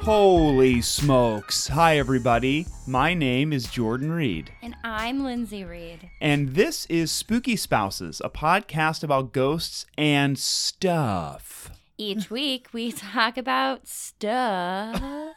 Holy smokes. Hi, everybody. My name is Jordan Reed, And I'm Lindsay Reed. and this is Spooky Spouses, a podcast about ghosts and stuff. Each week we talk about stuff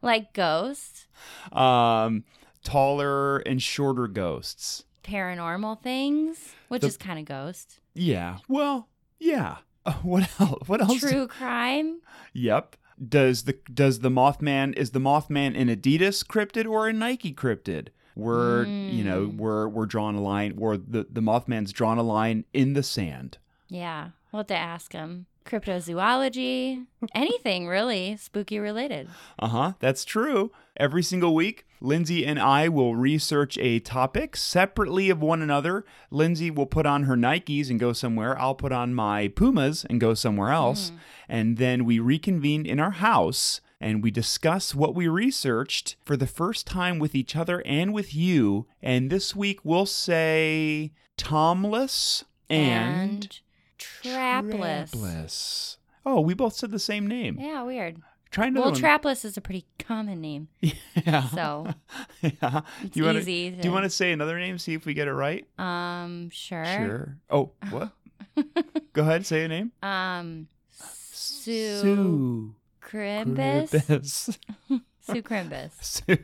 like ghosts, Um, taller and shorter ghosts. paranormal things, which The- is kind of ghost, Yeah. Well, yeah. Uh, what else? What else? true crime. Yep. Does the does the Mothman is the Mothman an Adidas cryptid or a Nike cryptid? We're you know Mm. we're we're drawn a line or the the Mothman's drawn a line in the sand. Yeah, we'll have to ask him. Cryptozoology, anything really spooky related. Uh huh. That's true. Every single week, Lindsay and I will research a topic separately of one another. Lindsay will put on her Nikes and go somewhere. I'll put on my Pumas and go somewhere Hmm. else. And then we reconvene in our house and we discuss what we researched for the first time with each other and with you. And this week we'll say Tomless and, trapless. Trapless. Oh, we both said the same name. Yeah, weird. Try another Well, one. trapless is a pretty common name. Yeah. So yeah. it's you wanna, easy. Do you want to say another name? See if we get it right. to? Um, sure. Oh, what? Go ahead, say a name. Um, Sue Crimbus. Gribbis. Sue Crimbus. Sue-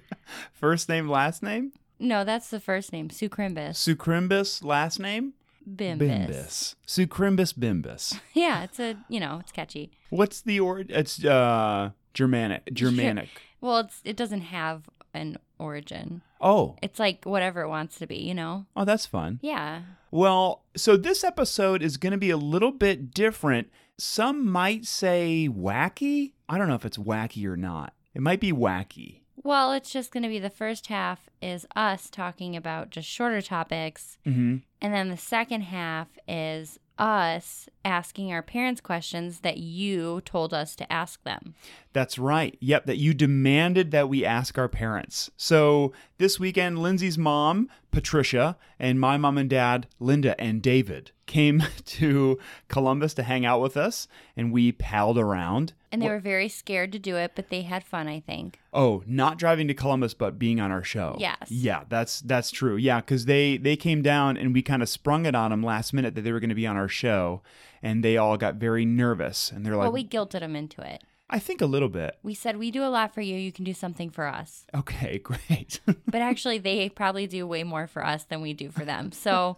First name, last name. No, that's the first name. Sue Crimbus. Sucrimbus, last name. Bimbus. Sucrimbus Bimbus. Yeah, it's a you know it's catchy. What's the or? It's uh Germanic. Germanic. Well, it's it doesn't have an origin. Oh, It's like whatever it wants to be. You know. oh, that's fun. Yeah. Well, so this episode is going to be a little bit different. Some might say wacky. I don't know if it's wacky or not. It might be wacky. Well, it's just going to be the first half is us talking about just shorter topics, Mm-hmm. and then the second half is us asking our parents questions that you told us to ask them. That's right. Yep, that you demanded that we ask our parents. So this weekend, Lindsay's mom, Patricia, and my mom and dad, Linda and David, came to Columbus to hang out with us, and we palled around. And they were very scared to do it, but they had fun, I think. Oh, not driving to Columbus, but being on our show. Yes. Yeah, that's that's true. Yeah, because they they came down and we kind of sprung it on them last minute that they were going to be on our show, and they all got very nervous and they're like, But we guilted them into it. I think a little bit. We said, We do a lot for you. You can do something for us. Okay, great. But actually, they probably do way more for us than we do for them. So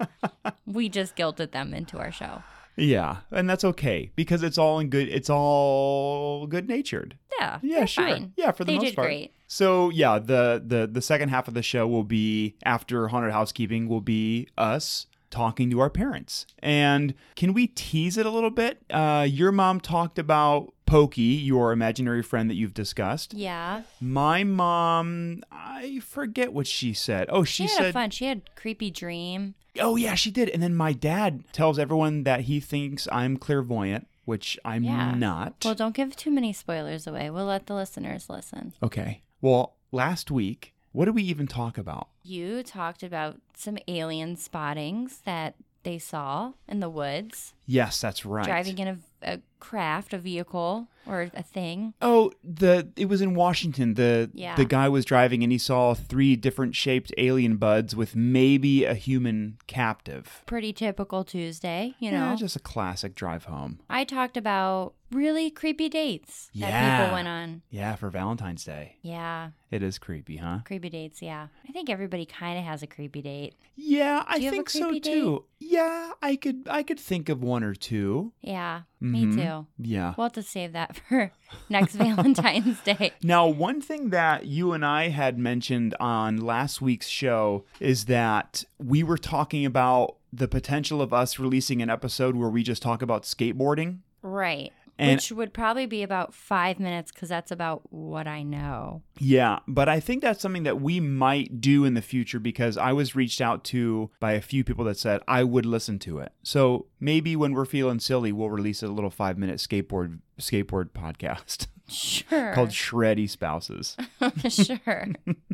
we just guilted them into our show. yeah, and that's okay because it's all in good. It's all good natured. Yeah. Yeah, they're sure. Fine. Yeah, for the they most did part. great. So yeah, the the the second half of the show will be after haunted housekeeping will be us talking to our parents. And can we tease it a little bit? Uh, your mom talked about Pokey, your imaginary friend that you've discussed. Yeah. My mom, I forget what she said. Oh, she, She, had said, a fun. She had creepy dream. oh yeah, she did. And then my dad tells everyone that he thinks I'm clairvoyant, which I'm Yeah. not. Well, don't give too many spoilers away. We'll let the listeners listen. okay. Well, last week, what did we even talk about? You talked about some alien spottings that they saw in the woods. Yes, that's right. driving in a, a craft, a vehicle, or a thing. Oh, the it was in Washington. The Yeah. the guy was driving and he saw three different shaped alien buds with maybe a human captive. Pretty typical Tuesday, you know. Yeah, just a classic drive home. I talked about really creepy dates that Yeah. people went on. Yeah, for Valentine's Day. Yeah, It is creepy, huh? creepy dates. Yeah, I think everybody kind of has a creepy date. Yeah, I Do you have a think so creepy date? too. Yeah, I could I could think of one or two. Yeah, Mhm. me too. Yeah. We'll have to save that for next Valentine's Day. Now, one thing that you and I had mentioned on last week's show is that we were talking about the potential of us releasing an episode where we just talk about skateboarding. Right. And- Which would probably be about five minutes because that's about what I know. Yeah, but I think that's something that we might do in the future because I was reached out to by a few people that said I would listen to it. So maybe when we're feeling silly, we'll release a little five minute skateboard skateboard podcast Sure. called Shreddy Spouses. sure.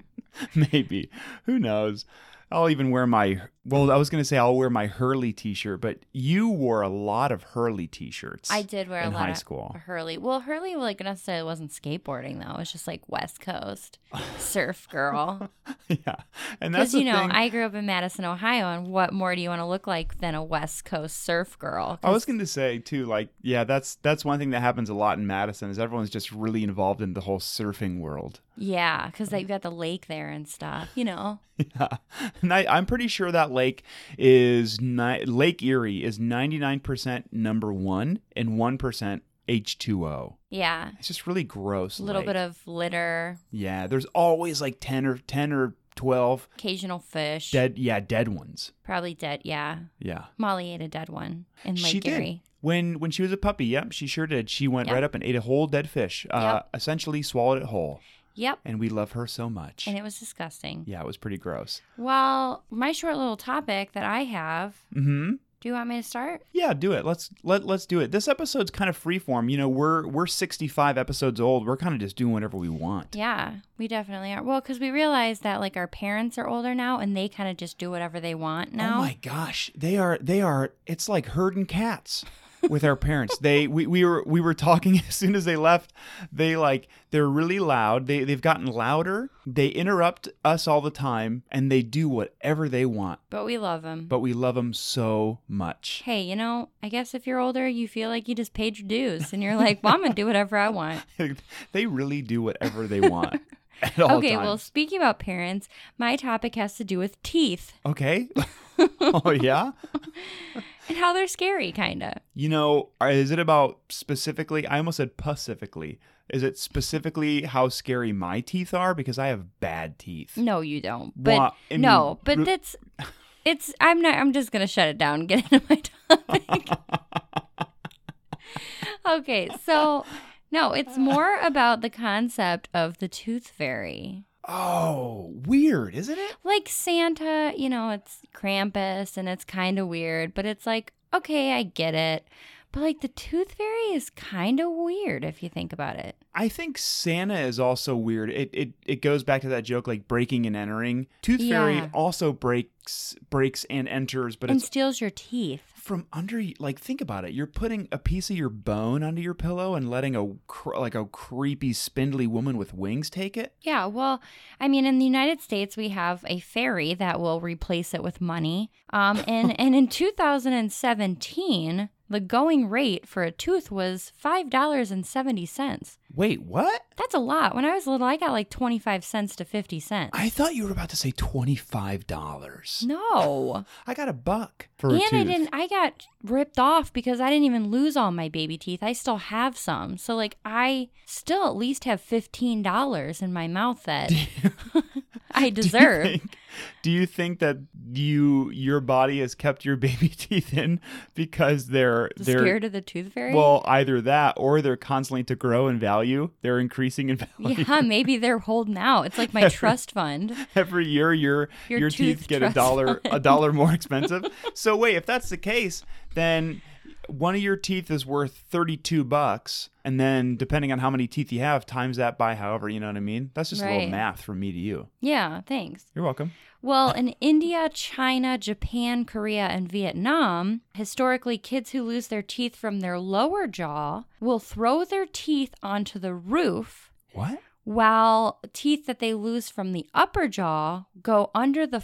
maybe. Who knows? I'll even wear my Well, I was going to say I'll wear my Hurley t-shirt, but you wore a lot of Hurley t-shirts. I did wear in a lot high of school. Hurley. Well, Hurley like necessarily wasn't skateboarding though. It was just like West Coast surf girl. yeah, and that's Because the you know, thing. I grew up in Madison, Ohio, and what more do you want to look like than a West Coast surf girl? I was 'Cause- going to say too, like, yeah, that's that's one thing that happens a lot in Madison is everyone's just really involved in the whole surfing world. yeah, because they've got the lake there and stuff. You know, Yeah, and I, I'm pretty sure that lake is ni- Lake Erie is 99% number one and one percent H2O. yeah, It's just really gross. a little lake. bit of litter, yeah. There's always like ten or ten or twelve occasional fish, dead. Yeah, dead ones. probably dead. Yeah, Yeah. Molly ate a dead one in Lake she did Erie. when when she was a puppy. Yep, she sure did. She went Yeah. right up and ate a whole dead fish. Uh, Essentially swallowed it whole, Yep, and we love her so much. and it was disgusting. yeah, it was pretty gross. Well, my short little topic that I have. Mm-hmm. Do you want me to start? Yeah, do it. Let's let let's do it. This episode's kind of freeform. You know, we're we're 65 episodes old. We're kind of just doing whatever we want. Yeah, we definitely are. Well, because we realize that like our parents are older now, and they kind of just do whatever they want now. Oh my gosh, they are they are. It's like herding cats with our parents. they we, we were we were talking as soon as they left. They like they're really loud. They they've gotten louder. They interrupt us all the time, and they do whatever they want. But we love them. But we love them so much. hey, you know, I guess if you're older, you feel like you just paid your dues, and you're like, "Well, I'm gonna do whatever I want." they really do whatever they want at all okay. times. Well, speaking about parents, my topic has to do with teeth okay. oh yeah. and how they're scary, kind of. You know, are- is it about specifically? I almost said pacifically. Is it specifically how scary my teeth are? Because I have bad teeth. No, you don't. Mm, But Wha- I mean, no, but re- that's it's. I'm not. I'm just gonna shut it down. and Get into my topic. okay, so no, it's more about the concept of the tooth fairy. Oh, weird, isn't it? Like Santa, you know, it's Krampus and it's kind of weird, but it's like okay, I get it. But like the tooth fairy is kind of weird if you think about it. I think Santa is also weird. It it, it goes back to that joke like breaking and entering. Tooth Yeah. Fairy also breaks breaks and enters, but and it's steals your teeth. from under y- like think about it you're putting a piece of your bone under your pillow and letting a cr- like a creepy spindly woman with wings take it Yeah, well, I mean, in the United States, we have a ferry that will replace it with money. Um, and, and in 2017, the going rate for a tooth was $5.70. wait what That's a lot. When I was little, I got like 25 cents to 50 cents. I thought you were about to say twenty-five dollars. no. I got a buck for and a tooth. I didn't I got ripped off because I didn't even lose all my baby teeth. I still have some. So like I still at least have $15 in my mouth that I deserve. Do you, think, do you think that you your body has kept your baby teeth in because they're they're scared of the tooth fairy? well either that or they're constantly to grow in value. They're increasing in value yeah, maybe they're holding out. It's like my trust fund. every year. Your Your your, tooth teeth get a trust dollar a dollar more expensive. so wait, if that's the case, then one of your teeth is worth 32 bucks and then depending on how many teeth you have times that by however you know what i mean that's just a Right. little math from me to you Yeah, thanks. You're welcome. Well, in India, China, Japan, Korea, and Vietnam, historically, kids who lose their teeth from their lower jaw will throw their teeth onto the roof, What? while teeth that they lose from the upper jaw go under the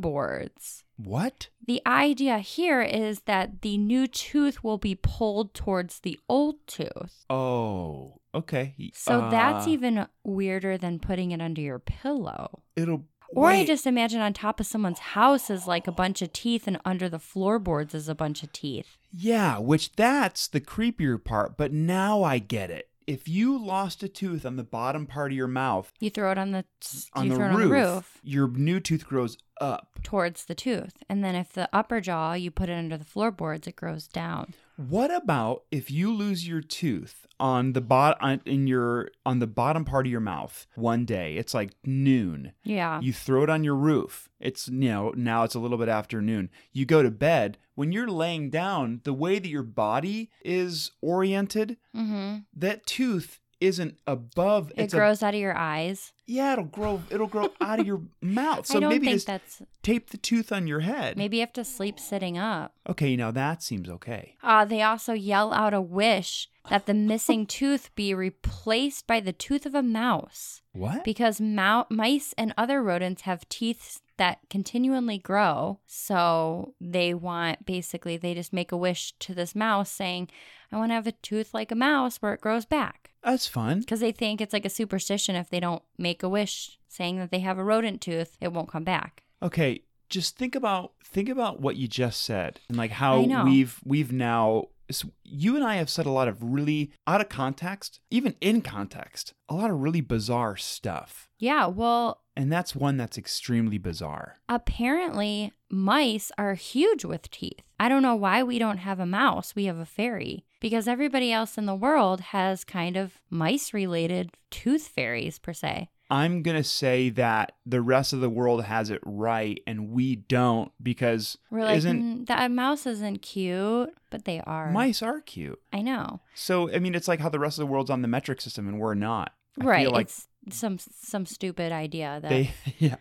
floorboards. What? The idea here is that the new tooth will be pulled towards the old tooth. Oh, okay. So that's e- Uh, even weirder than putting it under your pillow. it'll. Or I wait. just imagine on top of someone's house is like a bunch of teeth, and under the floorboards is a bunch of teeth. Yeah, which that's the creepier part. But now I get it. If you lost a tooth on the bottom part of your mouth You throw it on the on, you the, throw it roof, on the roof your new tooth grows up. towards the tooth, and then if the upper jaw you put it under the floorboards, it grows down. What about if you lose your tooth on the bot on, in your on the bottom part of your mouth one day? It's like noon. Yeah, You throw it on your roof. It's you know now it's a little bit afternoon. You go to bed. When you're laying down, the way that your body is oriented, mm-hmm. that tooth isn't above. it it's a- grows out of your eyes. Yeah, it'll grow. It'll grow out of your mouth. So I don't maybe think just that's. tape the tooth on your head. Maybe you have to sleep sitting up. Okay, now that seems okay. Uh, they also yell out a wish that the missing tooth be replaced by the tooth of a mouse What? because mou- mice and other rodents have teeth that continually grow. So they want basically, they just make a wish to this mouse saying, I want to have a tooth like a mouse where it grows back. That's fun. Because they think it's like a superstition if they don't make a wish saying that they have a rodent tooth, it won't come back. Okay, just think about think about what you just said and like how I know. we've we've now s you and I have said a lot of really out of context, even in context, a lot of really bizarre stuff. Yeah, well, And that's one that's extremely bizarre. apparently mice are huge with teeth. I don't know why we don't have a mouse, we have a fairy. Because everybody else in the world has kind of mice related tooth fairies, per se. I'm going to say that the rest of the world has it right and we don't because We're like, isn't "Mm, that mouse isn't cute, but they are. mice are cute. I know. So I mean it's like how the rest of the world's on the metric system and we're not. I feel right. like it's some some stupid idea that they yeah.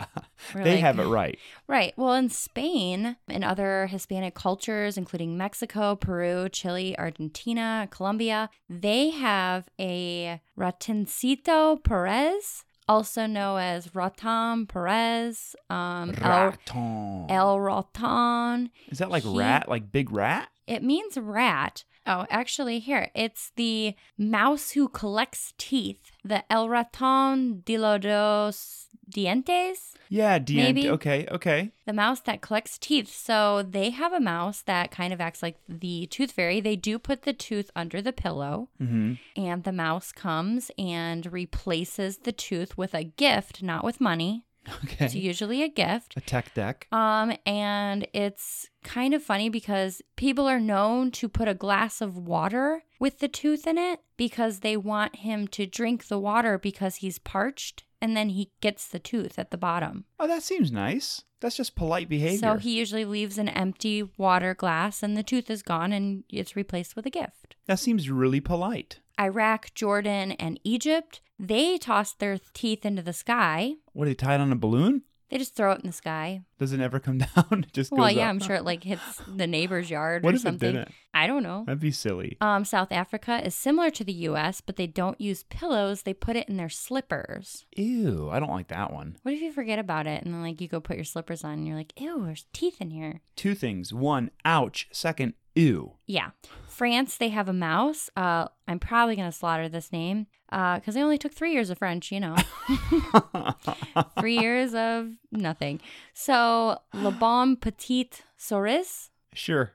we're They like- have it right. Right. Well, in Spain and other Hispanic cultures, including Mexico, Peru, Chile, Argentina, Colombia, they have a Ratoncito Perez, also known as Raton Perez, um, El, Raton. El Raton. Is that like He- rat? Like big rat? It means rat. Oh, actually, here it's the mouse who collects teeth, the El Raton de los dos dientes. Yeah, DN. Maybe. Okay, okay. the mouse that collects teeth. So they have a mouse that kind of acts like the tooth fairy. They do put the tooth under the pillow, hmm and the mouse comes and replaces the tooth with a gift, not with money. Okay. It's usually a gift. a tech deck. Um, and it's kind of funny because people are known to put a glass of water with the tooth in it because they want him to drink the water because he's parched and then he gets the tooth at the bottom. Oh, that seems nice. That's just polite behavior. So he usually leaves an empty water glass and the tooth is gone and it's replaced with a gift. that seems really polite. Iraq, Jordan, and Egypt, they toss their teeth into the sky. What, they tie it on a balloon? They just throw it in the sky. Does it never come down? it just well, goes yeah, up. I'm sure it like hits the neighbor's yard What or if it something. didn't? I don't know. That'd be silly. Um, South Africa is similar to the US, but they don't use pillows. They put it in their slippers. Ew, I don't like that one. What if you forget about it and then like you go put your slippers on and you're like, ew, there's teeth in here. Two things. One, ouch. Second, ew. Yeah. France, they have a mouse. Uh, I'm probably going to slaughter this name because I only took three years of French, you know, three years of nothing. So, Le Bon Petit Souris. sure.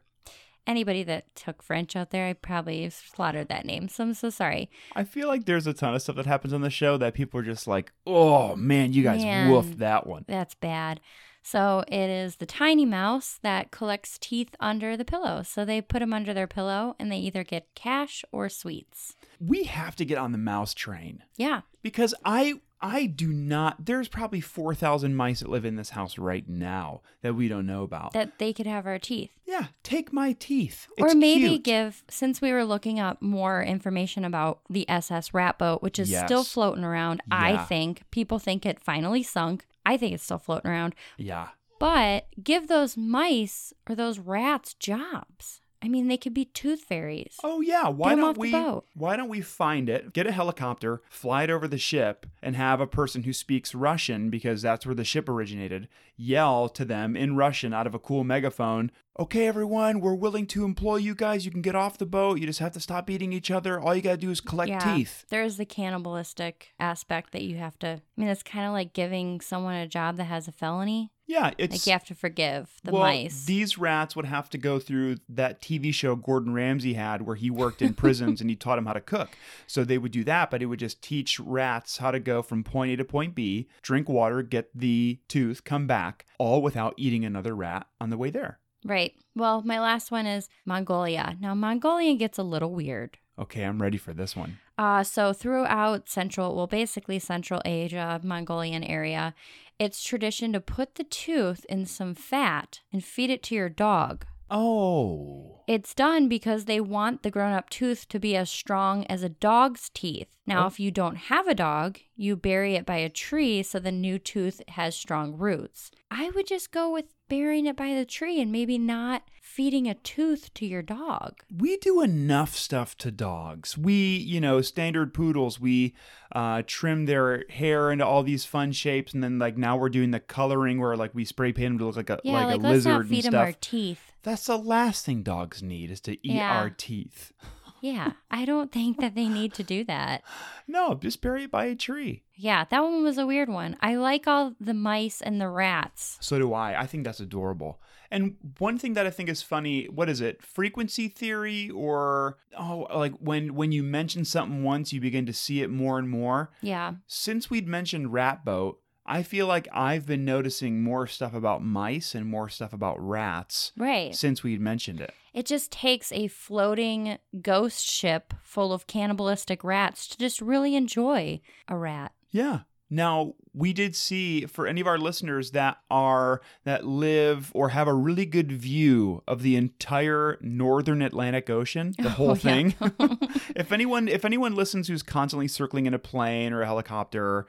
Anybody that took French out there, I probably slaughtered that name. So, I'm so sorry. I feel like there's a ton of stuff that happens on the show that people are just like, oh man, you guys Man. woofed that one. That's bad. So, it is the tiny mouse that collects teeth under the pillow. So, they put them under their pillow and they either get cash or sweets. We have to get on the mouse train. Yeah. because I I do not. There's probably four thousand mice that live in this house right now that we don't know about. That they could have our teeth. yeah, take my teeth. or It's maybe cute. give since we were looking up more information about the SS rat boat, which is still Yes. floating around. I Yeah. think people think it finally sunk. I think it's still floating around. Yeah, But give those mice or those rats jobs. I mean, they could be tooth fairies. Oh yeah, why 'em don't off the we boat. why don't we find it, get a helicopter, fly it over the ship and have a person who speaks Russian because that's where the ship originated, yell to them in Russian out of a cool megaphone, "Okay everyone, we're willing to employ you guys. You can get off the boat. You just have to stop eating each other. All you got to do is collect teeth." There is the cannibalistic aspect that you have to. I mean, it's kind of like giving someone a job that has a felony. Yeah, it's Like you have to forgive the well, mice. These rats would have to go through that TV show Gordon Ramsay had where he worked in prisons and he taught them how to cook. So they would do that, but it would just teach rats how to go from point A to point B, drink water, get the tooth, come back, all without eating another rat on the way there. right. Well, my last one is Mongolia. Now, Mongolia gets a little weird. Okay, I'm ready for this one. Uh, so throughout Central, well, basically Central Asia, Mongolian area, it's tradition to put the tooth in some fat and feed it to your dog. Oh. It's done because they want the grown up tooth to be as strong as a dog's teeth. Now, Oh. if you don't have a dog, you bury it by a tree so the new tooth has strong roots. I would just go with burying it by the tree and maybe not feeding a tooth to your dog. we do enough stuff to dogs. We, you know, standard poodles, we uh, trim their hair into all these fun shapes, and then like now we're doing the coloring where like we spray paint them to look like a Yeah, like, like, a let's lizard not feed and them stuff. our teeth. That's the last thing dogs need is to eat Yeah. our teeth. Yeah, I don't think that they need to do that. No, just bury it by a tree. Yeah, that one was a weird one. I like all the mice and the rats. So do I. I think that's adorable. And one thing that I think is funny, what is it? Frequency theory or oh like when when you mention something once you begin to see it more and more. Yeah. Since we'd mentioned Rat Boat, I feel like I've been noticing more stuff about mice and more stuff about rats Right. since we'd mentioned it. It just takes a floating ghost ship full of cannibalistic rats to just really enjoy a rat. Yeah. Now, we did see for any of our listeners that are that live or have a really good view of the entire northern Atlantic Ocean, the whole Oh, yeah. thing. if anyone if anyone listens who's constantly circling in a plane or a helicopter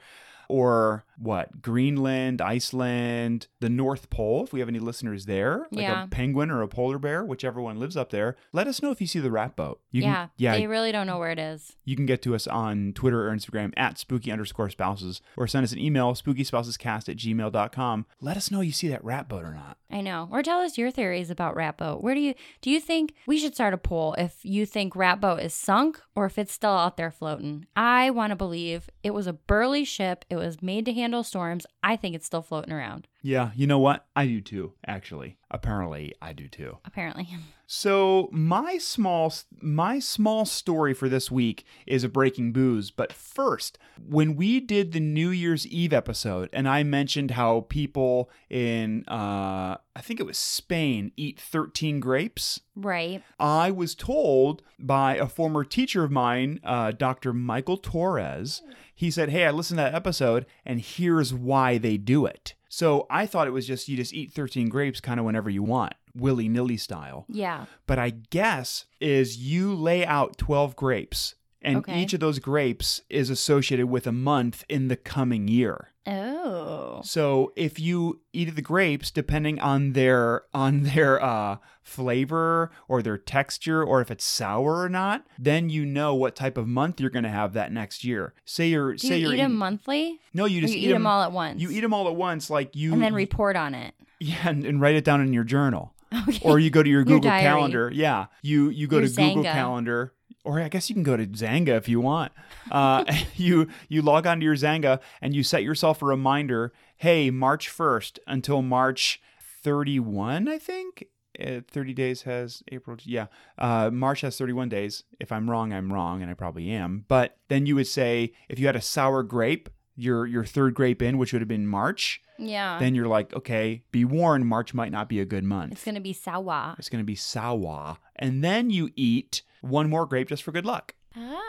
or what? Greenland, Iceland, the North Pole, if we have any listeners there, like Yeah. a penguin or a polar bear, whichever one lives up there, let us know if you see the rat boat. You yeah. can, yeah, They really don't know where it is. you can get to us on Twitter or Instagram at spooky underscore spouses or send us an email, spookyspousescast at gmail.com. Let us know you see that rat boat or not. I know. Or tell us your theories about rat boat. Where do you do you think we should start a poll if you think rat boat is sunk or if it's still out there floating? I want to believe it was a burly ship. It was made to handle storms. I think it's still floating around. Yeah, you know what? I do too, actually. Apparently, I do too. Apparently. So, my small my small story for this week is a breaking booze, but first, when we did the New Year's Eve episode and I mentioned how people in uh I think it was Spain eat 13 grapes, Right. I was told by a former teacher of mine, uh, Dr. Michael Torres. He said, Hey, I listened to that episode, and here's why they do it. So I thought it was just you just eat 13 grapes kind of whenever you want, willy nilly style. Yeah. But I guess is you lay out 12 grapes, and Okay. each of those grapes is associated with a month in the coming year. Oh. So if you eat the grapes, depending on their on their uh, flavor or their texture, or if it's sour or not, then you know what type of month you're going to have that next year. Say you're Do say you are eat them monthly? No, you Or just you eat, eat 'em all at once? You eat them all at once, like you and then report on it. yeah, and, and write it down in your journal, Okay. or you go to your Your Google diary. Calendar. Yeah, you you go Your to Google Zanga. Calendar. Or I guess you can go to Zanga if you want. Uh, you you log onto your Zanga and you set yourself a reminder. Hey, March first until March thirty one, I think. Uh, thirty days has April. Yeah, uh, March has thirty one days. If I'm wrong, I'm wrong, and I probably am. But then you would say if you had a sour grape, your your third grape in, which would have been March. yeah. Then you're like, okay, be warned, March might not be a good month. it's going to be sour. It's going to be sour. And then you eat one more grape just for good luck.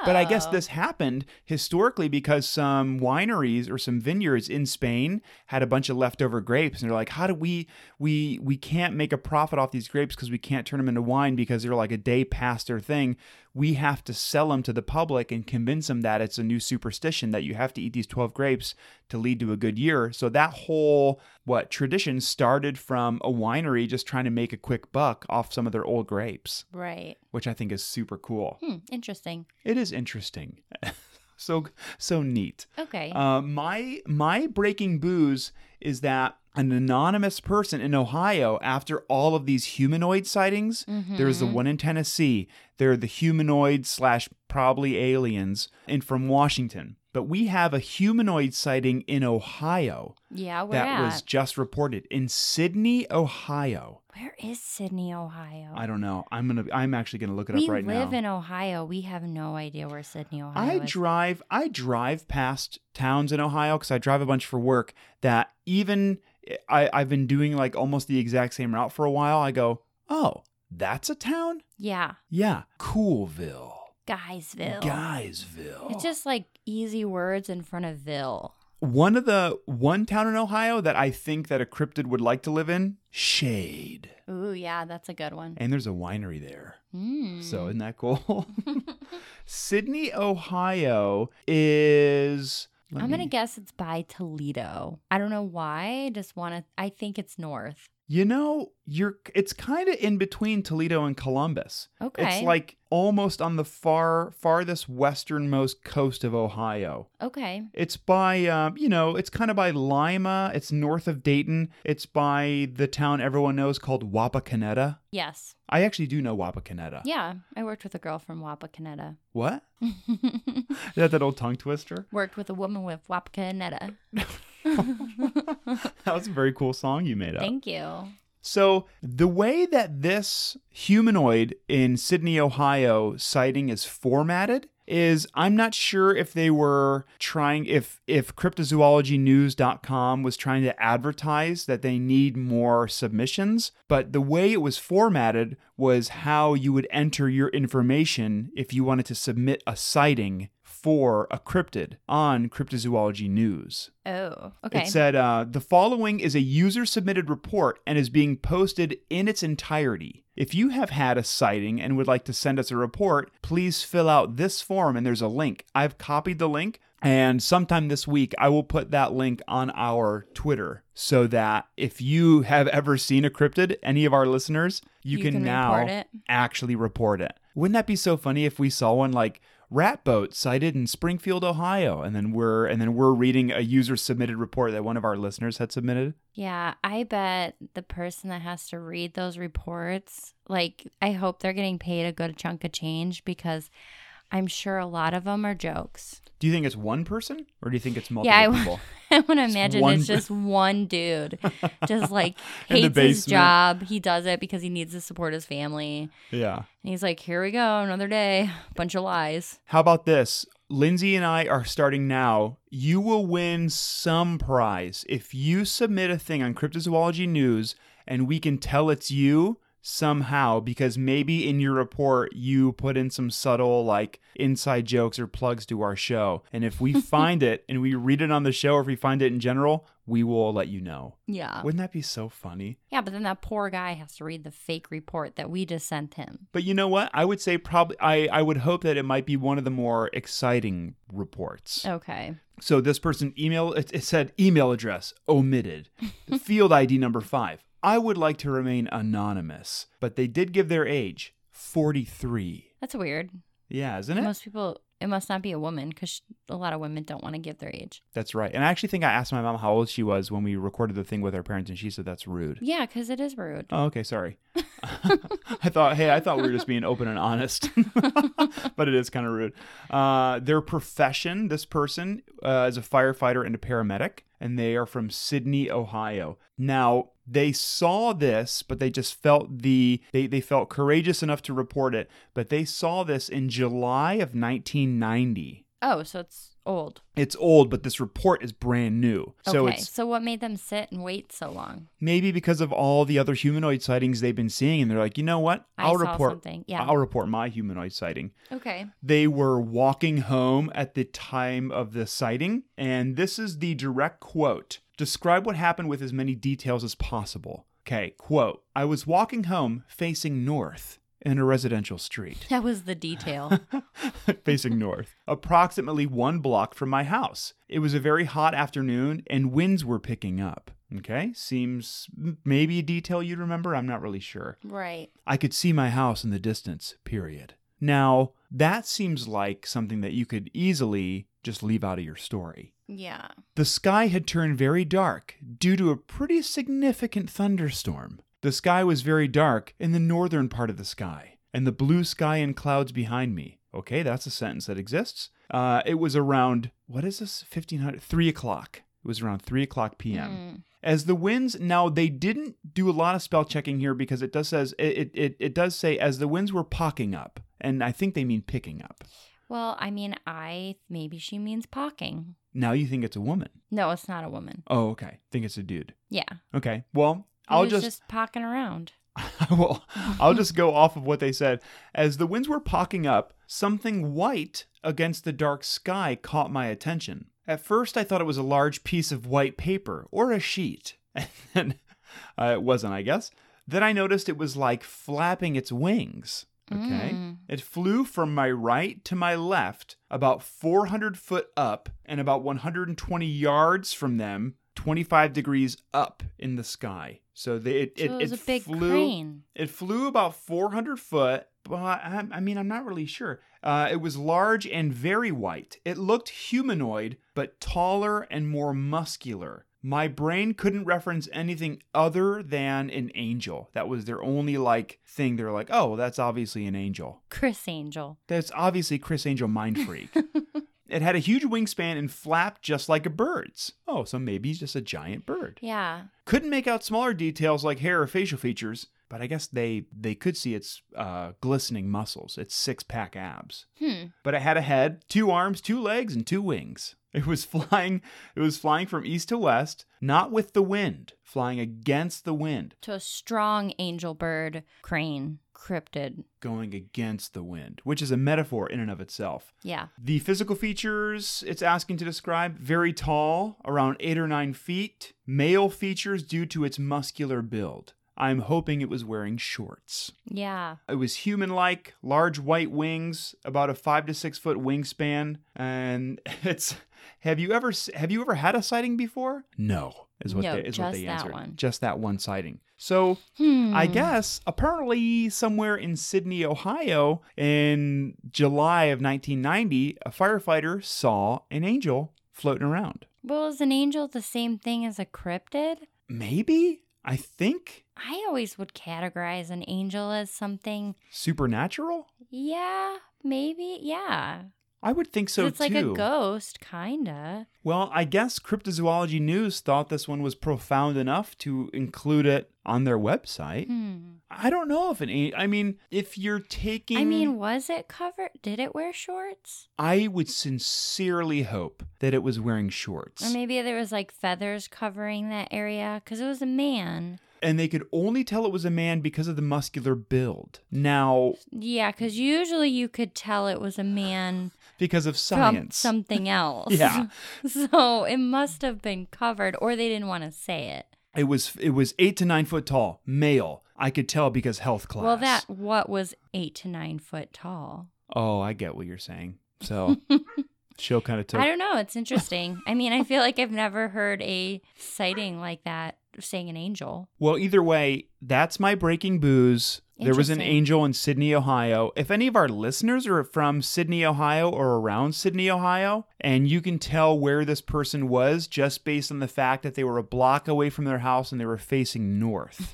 But I guess Oh. this happened historically because some wineries or some vineyards in Spain had a bunch of leftover grapes and they're like, "How do we we we can't make a profit off these grapes because we can't turn them into wine because they're like a day past their thing. We have to sell them to the public and convince them that it's a new superstition that you have to eat these 12 grapes to lead to a good year." So that whole what tradition started from a winery just trying to make a quick buck off some of their old grapes, Right. which I think is super cool. Hmm. Interesting. It is interesting. so so neat. Okay. Uh, my my breaking booze is that an anonymous person in Ohio, after all of these humanoid sightings, there's Mm-hmm. the one in Tennessee. They're the humanoid slash probably aliens, and from Washington. But we have a humanoid sighting in Ohio yeah. Where that at? was just reported in Sydney, Ohio. Where is Sydney, Ohio? I don't know. I'm gonna. I'm actually gonna look it we up right now. live in Ohio. We have no idea where Sydney, Ohio I is. drive I drive past towns in Ohio because I drive a bunch for work that even I, I've been doing like almost the exact same route for a while. I go, oh, that's a town? yeah. Yeah. Coolville. Guysville. Guysville. It's just like easy words in front of Ville. One of the one town in Ohio that I think that a cryptid would like to live in, Shade. Ooh, yeah, that's a good one. And there's a winery there. Mm. So isn't that cool? Sydney, Ohio is let I'm gonna me- guess it's by Toledo. I don't know why. I just want to. I think it's north. You know, you're it's kind of in between Toledo and Columbus. Okay. It's like almost on the far farthest westernmost coast of Ohio. okay. It's by, um, you know, it's kind of by Lima. It's north of Dayton. It's by the town everyone knows called Wapakoneta. Yes. I actually do know Wapakoneta. Yeah. I worked with a girl from Wapakoneta. What? Is that that old tongue twister? worked with a woman with Wapakoneta. That was a very cool song you made up. Thank you. So, the way that this humanoid in Sydney, Ohio sighting is formatted is I'm not sure if they were trying if if cryptozoologynews.com was trying to advertise that they need more submissions, but the way it was formatted was how you would enter your information if you wanted to submit a sighting for a cryptid on cryptozoology news. Oh. Okay. It said uh, the following is a user submitted report and is being posted in its entirety. If you have had a sighting and would like to send us a report, please fill out this form and there's a link. I've copied the link and sometime this week I will put that link on our Twitter so that if you have ever seen a cryptid, any of our listeners, you, You can, can now report it. actually report it. Wouldn't that be so funny if we saw one like rat boat sighted in Springfield, Ohio, and then we're and then we're reading a user submitted report that one of our listeners had submitted? yeah. I bet the person that has to read those reports, like, I hope they're getting paid a good chunk of change because I'm sure a lot of them are jokes. Do you think it's one person or do you think it's multiple Yeah, I, people? I want to imagine one- it's just one dude, just like In the hates his basement. job. He does it because he needs to support his family, Yeah. and he's like, "Here we go, another day, bunch of lies." How about this? Lindsay and I are starting now. You will win some prize if you submit a thing on Cryptozoology News and we can tell it's you somehow because maybe in your report you put in some subtle like inside jokes or plugs to our show. And if we find it and we read it on the show or if we find it in general, we will let you know. Yeah, Wouldn't that be so funny? yeah, but then that poor guy has to read the fake report that we just sent him. But you know what? I would say probably I, I would hope that it might be one of the more exciting reports. Okay, So this person email it, it said email address omitted. Field ID number 5. I would like to remain anonymous, but they did give their age, 43. that's weird. Yeah, isn't it? Most people, it must not be a woman because a lot of women don't want to give their age. That's right. And I actually think I asked my mom how old she was when we recorded the thing with our parents and she said that's rude. Yeah, because it is rude. Oh, okay, sorry. I thought, hey, I thought we were just being open and honest, but it is kind of rude. Uh, their profession, this person uh, is a firefighter and a paramedic, and they are from Sydney, Ohio. Now they saw this, but they just felt the they they felt courageous enough to report it. But they saw this in July of 1990. Oh, so it's old. It's old, but this report is brand new. So okay, it's so what made them sit and wait so long? maybe because of all the other humanoid sightings they've been seeing and they're like you know what I i'll saw report something. Yeah. i'll report my humanoid sighting Okay. they were walking home at the time of the sighting and this is the direct quote describe what happened with as many details as possible okay quote i was walking home facing north in a residential street That was the detail. facing north, approximately one block from my house. It was a very hot afternoon and winds were picking up. Okay, seems m- maybe a detail you'd remember. I'm not really sure. right. I could see my house in the distance, period. Now, that seems like something that you could easily just leave out of your story. Yeah. The sky had turned very dark due to a pretty significant thunderstorm. The sky was very dark in the northern part of the sky, and the blue sky and clouds behind me. Okay, that's a sentence that exists. Uh, it was around, what is this, 1500, 3 o'clock. It was around 3 o'clock p.m. Hmm. Mm. As the winds, now they didn't do a lot of spell checking here because it does says it, it, it, it does say as the winds were pocking up, and I think they mean picking up. Well, I mean, I maybe she means pocking. Now you think it's a woman. No, it's not a woman. Oh, okay. Think it's a dude. Yeah. Okay. Well, He I'll was just, pocking around. well, I'll just go off of what they said. As the winds were pocking up, something white against the dark sky caught my attention. At first, I thought it was a large piece of white paper or a sheet. And then, uh, it wasn't, I guess. Then I noticed it was like flapping its wings. Okay. Mm. It flew from my right to my left, about 400 foot up, and about 120 yards from them, 25 degrees up in the sky. So they, it, So it, it, was it a big flew. crane. It flew about 400 foot, but I, I mean, I'm not really sure. Uh, it was large and very white. It looked humanoid, but taller and more muscular. My brain couldn't reference anything other than an angel. That was their only like thing. They're like, oh, that's obviously an angel. Chris Angel. That's obviously Chris Angel Mind Freak. it had a huge wingspan and flapped just like a bird's. Oh, so maybe he's just a giant bird. Yeah. Couldn't make out smaller details like hair or facial features, but I guess they they could see its uh, glistening muscles, its six pack abs. Hmm. But it had a head, two arms, two legs, and two wings. It was flying. It was flying from east to west, not with the wind, flying against the wind, To a strong angel bird crane cryptid. going against the wind, which is a metaphor in and of itself. Yeah. The physical features it's asking to describe very tall, around eight or nine feet, male features due to its muscular build. I'm hoping it was wearing shorts. Yeah. It was human like, large white wings, about a five to six foot wingspan, and it's. Have you ever s- have you ever had a sighting before? No, is what No, they, is what just they that answered. one. Just that one sighting. So Hmm. I guess apparently somewhere in Sydney, Ohio, in July of 1990, a firefighter saw an angel floating around. Well, is an angel the same thing as a cryptid? Maybe I think I always would categorize an angel as something. supernatural. Yeah, maybe. Yeah. I would think 'Cause so it's too. like a ghost, kinda. Well, I guess Cryptozoology News thought this one was profound enough to include it on their website. Hmm. I don't know if an angel. I mean, if you're taking, I mean, was it covered? Did it wear shorts? I would sincerely hope that it was wearing shorts. Or maybe there was like feathers covering that area because it was a man. and they could only tell it was a man because of the muscular build. Now, Yeah, because usually you could tell it was a man because of from science, something else. Yeah. so it must have been covered, or they didn't want to say it. it was it was eight to nine foot tall, male. I could tell because health class. Well, that what was eight to nine foot tall. Oh, I get what you're saying. So, she'll kind of took. I don't know. It's interesting. I mean, I feel like I've never heard a sighting like that saying an angel. Well, either way, that's my breaking booze. There was an Interesting. angel in Sydney, Ohio. If any of our listeners are from Sydney, Ohio or around Sydney, Ohio, and you can tell where this person was just based on the fact that they were a block away from their house and they were facing north,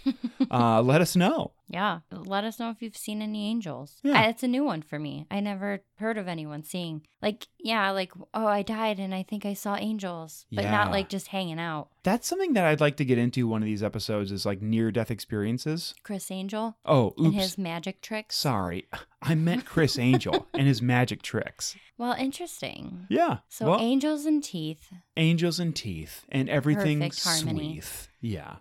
uh, let us know. Yeah. Let us know if you've seen any angels. Yeah. I- it's a new one for me. I never heard of anyone seeing, like, yeah, like, oh, I died and I think I saw angels, but Yeah. not like just hanging out. That's something that I'd like to get into one of these episodes is like near death experiences. Chris Angel Oh, oops. and his magic tricks. Sorry. I meant Chris Angel and his magic tricks. Well, interesting. Yeah. So, well- angels and teeth. angels and teeth and everything Perfect harmony. sweet. Yeah.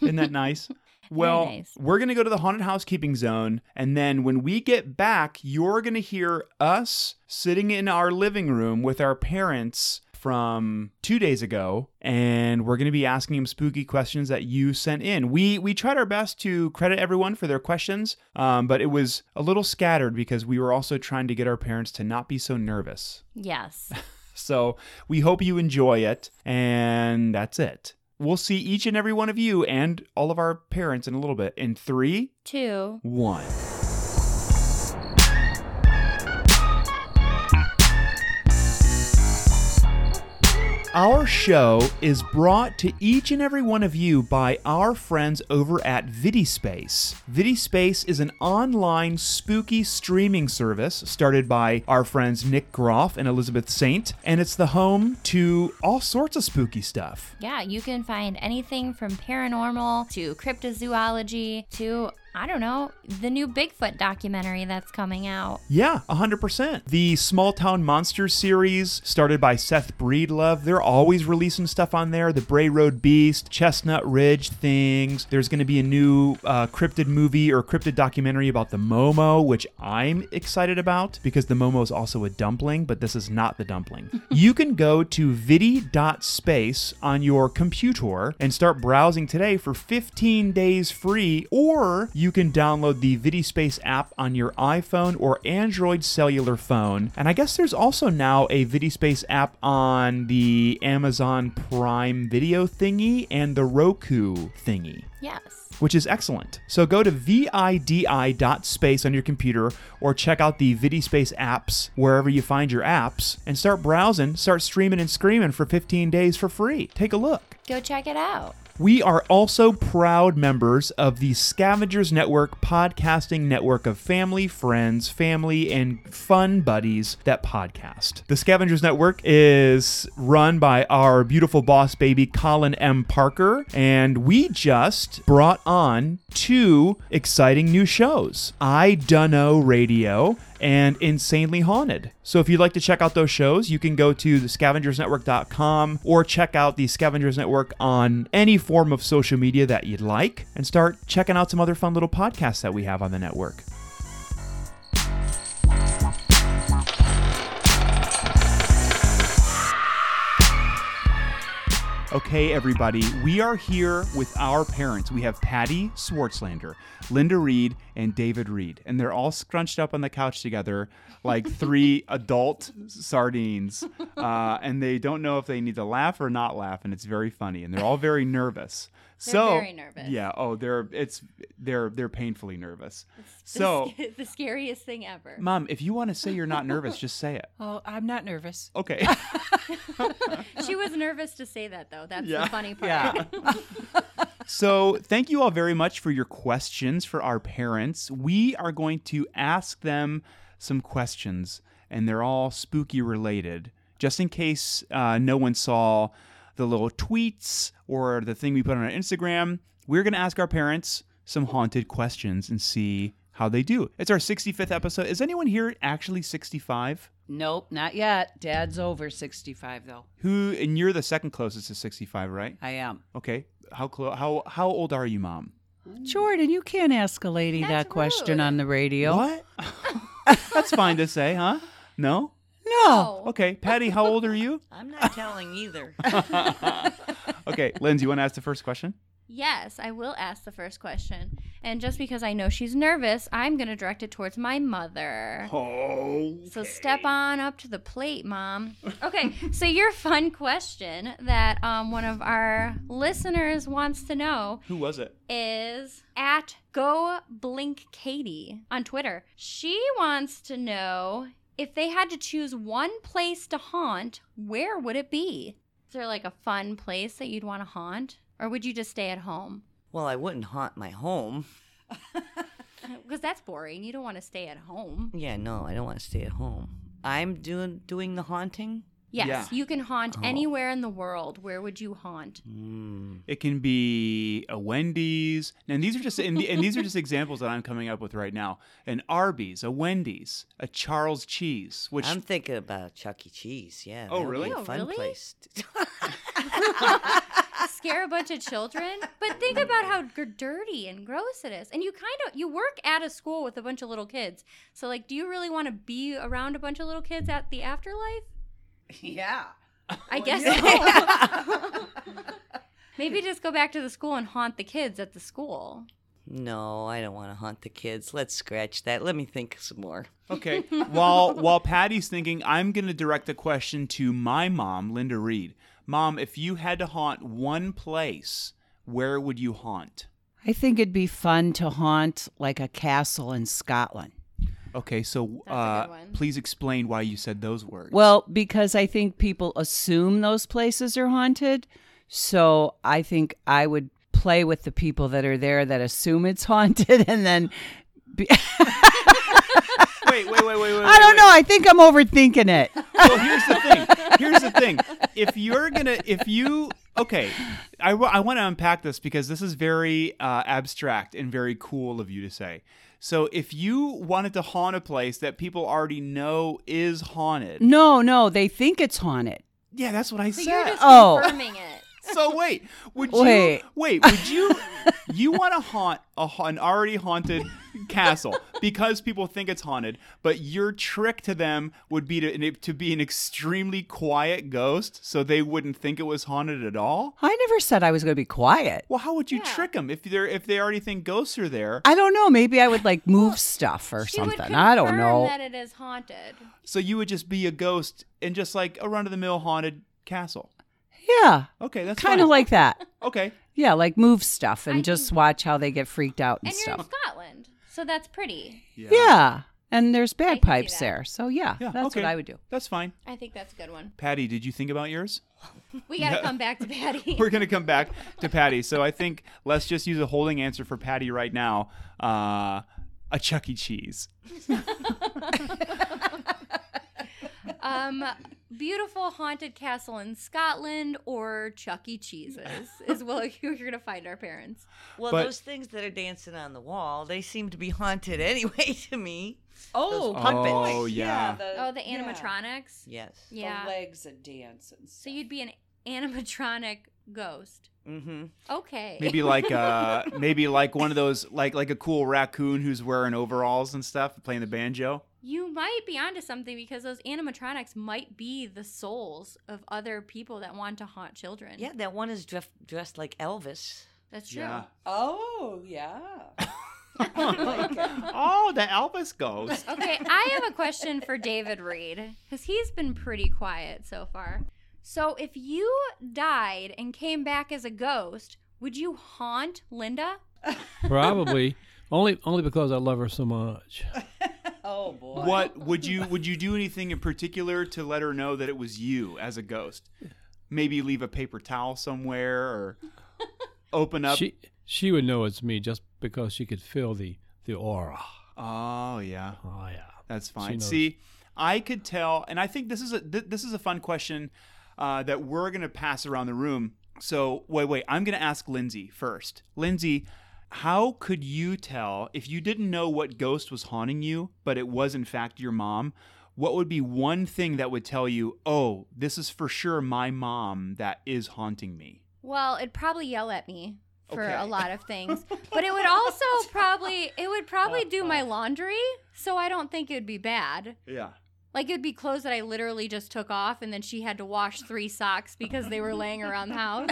Isn't that nice? Well, nice. we're going to go to the haunted housekeeping zone. And then when we get back, you're going to hear us sitting in our living room with our parents from two days ago. And we're going to be asking them spooky questions that you sent in. We, we tried our best to credit everyone for their questions, um, but it was a little scattered because we were also trying to get our parents to not be so nervous. Yes. So we hope you enjoy it. And that's it. We'll see each and every one of you and all of our parents in a little bit in three, Two. one. Our show is brought to each and every one of you by our friends over at VidiSpace. VidiSpace is an online spooky streaming service started by our friends Nick Groff and Elizabeth Saint, and it's the home to all sorts of spooky stuff. Yeah, you can find anything from paranormal to cryptozoology to I don't know, the new Bigfoot documentary that's coming out. Yeah, 100%. The Small Town Monsters series, started by Seth Breedlove, they're always releasing stuff on there. The Bray Road Beast, Chestnut Ridge things. There's going to be a new uh, cryptid movie or cryptid documentary about the Momo, which I'm excited about because the Momo is also a dumpling, but this is not the dumpling. you can go to viddy.space on your computer and start browsing today for 15 days free, or you can download the VidiSpace app on your iPhone or Android cellular phone. And I guess there's also now a VidiSpace app on the Amazon Prime Video thingy and the Roku thingy Yes. which is excellent. So go to vidi.space on your computer or check out the VidiSpace apps wherever you find your apps and start browsing, start streaming and screaming for 15 days for free. Take a look. Go check it out. We are also proud members of the Scavengers Network podcasting network of family, friends, family, and fun buddies that podcast. The Scavengers Network is run by our beautiful boss baby, Colin M. Parker, and we just brought on two exciting new shows I Dunno Radio and Insanely Haunted. So if you'd like to check out those shows, you can go to thescavengersnetwork.com or check out the Scavengers Network on any form of social media that you'd like and start checking out some other fun little podcasts that we have on the network. Okay, everybody, we are here with our parents. We have Patty Swartzlander, Linda Reed, and David Reed, and they're all scrunched up on the couch together like three adult sardines. Uh, and they don't know if they need to laugh or not laugh, and it's very funny. And they're all very nervous. so very nervous. Yeah. Oh, they're it's they're they're painfully nervous. So, the, scariest thing ever. mom, if you want to say you're not nervous, just say it. Oh, I'm not nervous. Okay. she was nervous to say that though. That's Yeah. the funny part. Yeah. So, thank you all very much for your questions for our parents. We are going to ask them some questions, and they're all spooky related, just in case uh, no one saw the little tweets or the thing we put on our Instagram. We're going to ask our parents some haunted questions and see how they do. It's our 65th episode. Is anyone here actually 65? nope, not yet. Dad's over 65 though. Who and you're the second closest to 65, right? I am. Okay. How close how how old are you, mom? Jordan, you can't ask a lady That's that question rude. on the radio. What? That's fine to say, huh? No? No. Oh. Okay. Patty, how old are you? I'm not telling either. Okay. Lindsay, you want to ask the first question? Yes, I will ask the first question. And just because I know she's nervous, I'm going to direct it towards my mother. Oh. So step on up to the plate, mom. Okay, so your fun question that um, one of our listeners wants to know Who was it? is at Go Blink Katie on Twitter. She wants to know if they had to choose one place to haunt, where would it be? Is there like a fun place that you'd want to haunt, or would you just stay at home? well, I wouldn't haunt my home. Because Uh, that's boring. You don't want to stay at home. Yeah, no, I don't want to stay at home. I'm doing doing the haunting. Yes, Yeah. you can haunt Oh. anywhere in the world. Where would you haunt? Mm. It can be a Wendy's. And these are just and, the, and these are just examples that I'm coming up with right now. An Arby's, a Wendy's, a Charles Cheese, which I'm thinking about Chuck E. Cheese. Yeah. Oh, that would be really? a Oh, fun really? place. Scare a bunch of children? But think about how g- dirty and gross it is. And you kind of you work at a school with a bunch of little kids. So like, do you really want to be around a bunch of little kids at the afterlife? Yeah. I guess no. Maybe just go back to the school and haunt the kids at the school. no, I don't want to haunt the kids. Let's scratch that. Let me think some more. Okay. while while Patty's thinking, I'm going to direct the question to my mom, Linda Reed. Mom, if you had to haunt one place, where would you haunt? I think it'd be fun to haunt like a castle in Scotland. Okay, so That's a uh, good one. please explain why you said those words. Well, because I think people assume those places are haunted. So I think I would play with the people that are there that assume it's haunted and then wait, wait, wait, wait, wait. I don't know. I think I'm overthinking it. Well, here's the thing. Here's the thing. If you're gonna, if you okay, I, want to unpack this because this is very uh, abstract and very cool of you to say. So, if you wanted to haunt a place that people already know is haunted, No, no, they think it's haunted. yeah, that's what I said. You're just Oh. confirming it. so wait, would Wait. you wait? Would you you want to haunt a, ha- an already haunted castle because people think it's haunted, but your trick to them would be to to be an extremely quiet ghost, so they wouldn't think it was haunted at all. I never said I was going to be quiet. Well, how would you Yeah. trick 'em trick them if they're if they already think ghosts are there? I don't know. Maybe I would like move stuff or She would something. I don't confirm know. that it is haunted. So you would just be a ghost and just like a run of the mill haunted castle. yeah, Okay, that's kind of fine. like that. okay. Yeah, like move stuff and I just watch how they get freaked out and, And you're in stuff. Scotland, so that's pretty. Yeah. and there's bagpipes that. there, so yeah, Yeah, that's okay. what I would do. That's fine. I think that's a good one. Patty, did you think about yours? We got to come back to Patty. We're going to come back to Patty. So I think let's just use a holding answer for Patty right now. Uh, a Chuck E. Cheese. um, beautiful haunted castle in Scotland or Chuck E. Cheese's is what you're going to find our parents. Well, But- those things that are dancing on the wall, they seem to be haunted anyway to me. Oh, puppets. Oh, yeah. Oh, the animatronics. Yes. Yeah. legs and dance and So you'd be an animatronic ghost. Mm-hmm. Okay. Maybe like uh, maybe like one of those like like a cool raccoon who's wearing overalls and stuff playing the banjo. you might be onto something because those animatronics might be the souls of other people that want to haunt children. Yeah, that one is dref- dressed like Elvis. That's true. Yeah. Oh, yeah. oh, the Elvis ghost. Okay, I have a question for David Reed because he's been pretty quiet so far. So, if you died and came back as a ghost, would you haunt Linda? Probably. only only because I love her so much. Oh boy. What would you would you do anything in particular to let her know that it was you as a ghost? Maybe leave a paper towel somewhere or open up. She she would know it's me just because she could feel the the aura. oh yeah, Oh yeah. that's fine. knows. See, I could tell, and I think this is a th- this is a fun question uh, that we're gonna pass around the room. So wait, wait, I'm gonna ask Lindsay first. Lindsay, how could you tell if you didn't know what ghost was haunting you, but it was in fact your mom? What would be one thing that would tell you, oh, this is for sure my mom that is haunting me? Well, it'd probably yell at me for Okay. a lot of things, but it would also probably it would probably do my laundry, so I don't think it would be bad. Yeah. Like it'd be clothes that I literally just took off, and then she had to wash three socks because they were laying around the house,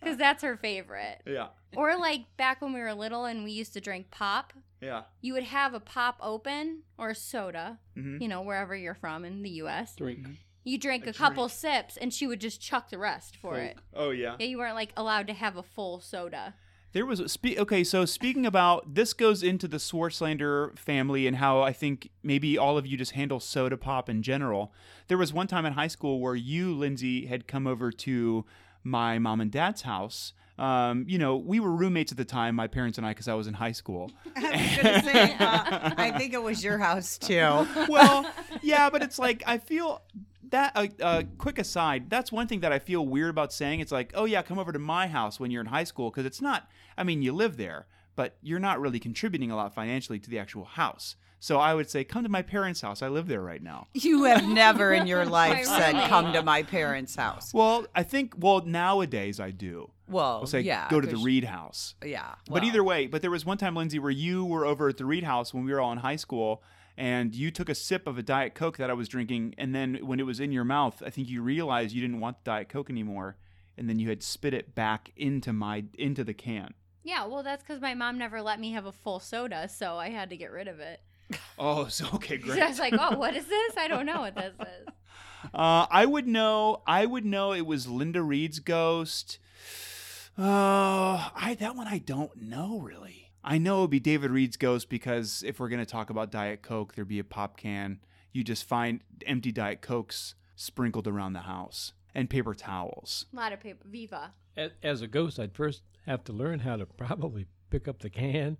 because that's her favorite. Yeah. Or like back when we were little and we used to drink pop, Yeah. you would have a pop open or soda, Mhm. you know, wherever you're from in the US. Drink. You drink a, couple sips and she would just chuck the rest for it. Oh, yeah. Yeah, you weren't like allowed to have a full soda. There was a spe- okay. So speaking about this goes into the Swartzlander family and how I think maybe all of you just handle soda pop in general. There was one time in high school where you, Lindsay, had come over to my mom and dad's house. Um, you know, we were roommates at the time, my parents and I, because I was in high school. I was gonna say, uh, I think it was your house too. well, yeah, but it's like I feel that a uh, quick aside. That's one thing that I feel weird about saying. It's like, oh yeah, come over to my house when you're in high school because it's not. I mean, you live there, but you're not really contributing a lot financially to the actual house. So I would say, come to my parents' house. I live there right now. You have never in your life said, roommate. "Come to my parents' house." Well, I think well nowadays I do. Well, I'll say, Oh, yeah, go to the 'cause- Reed house. Yeah, but either way, but there was one time, Lindsay, where you were over at the Reed House when we were all in high school, and you took a sip of a Diet Coke that I was drinking, and then when it was in your mouth, I think you realized you didn't want the Diet Coke anymore, and then you had spit it back into my into the can. Yeah, well, that's because my mom never let me have a full soda, so I had to get rid of it. Oh, so okay, So I was like, oh, what is this? I don't know what this is. Uh, I would know. I would know it was Linda Reed's ghost. Oh, I that one I don't know really. I know it would be David Reed's ghost because if we're gonna talk about Diet Coke, there'd be a pop can. You just find empty Diet Cokes sprinkled around the house and paper towels. A lot of paper. Viva. As, as a ghost, I'd first have to learn how to probably pick up the can.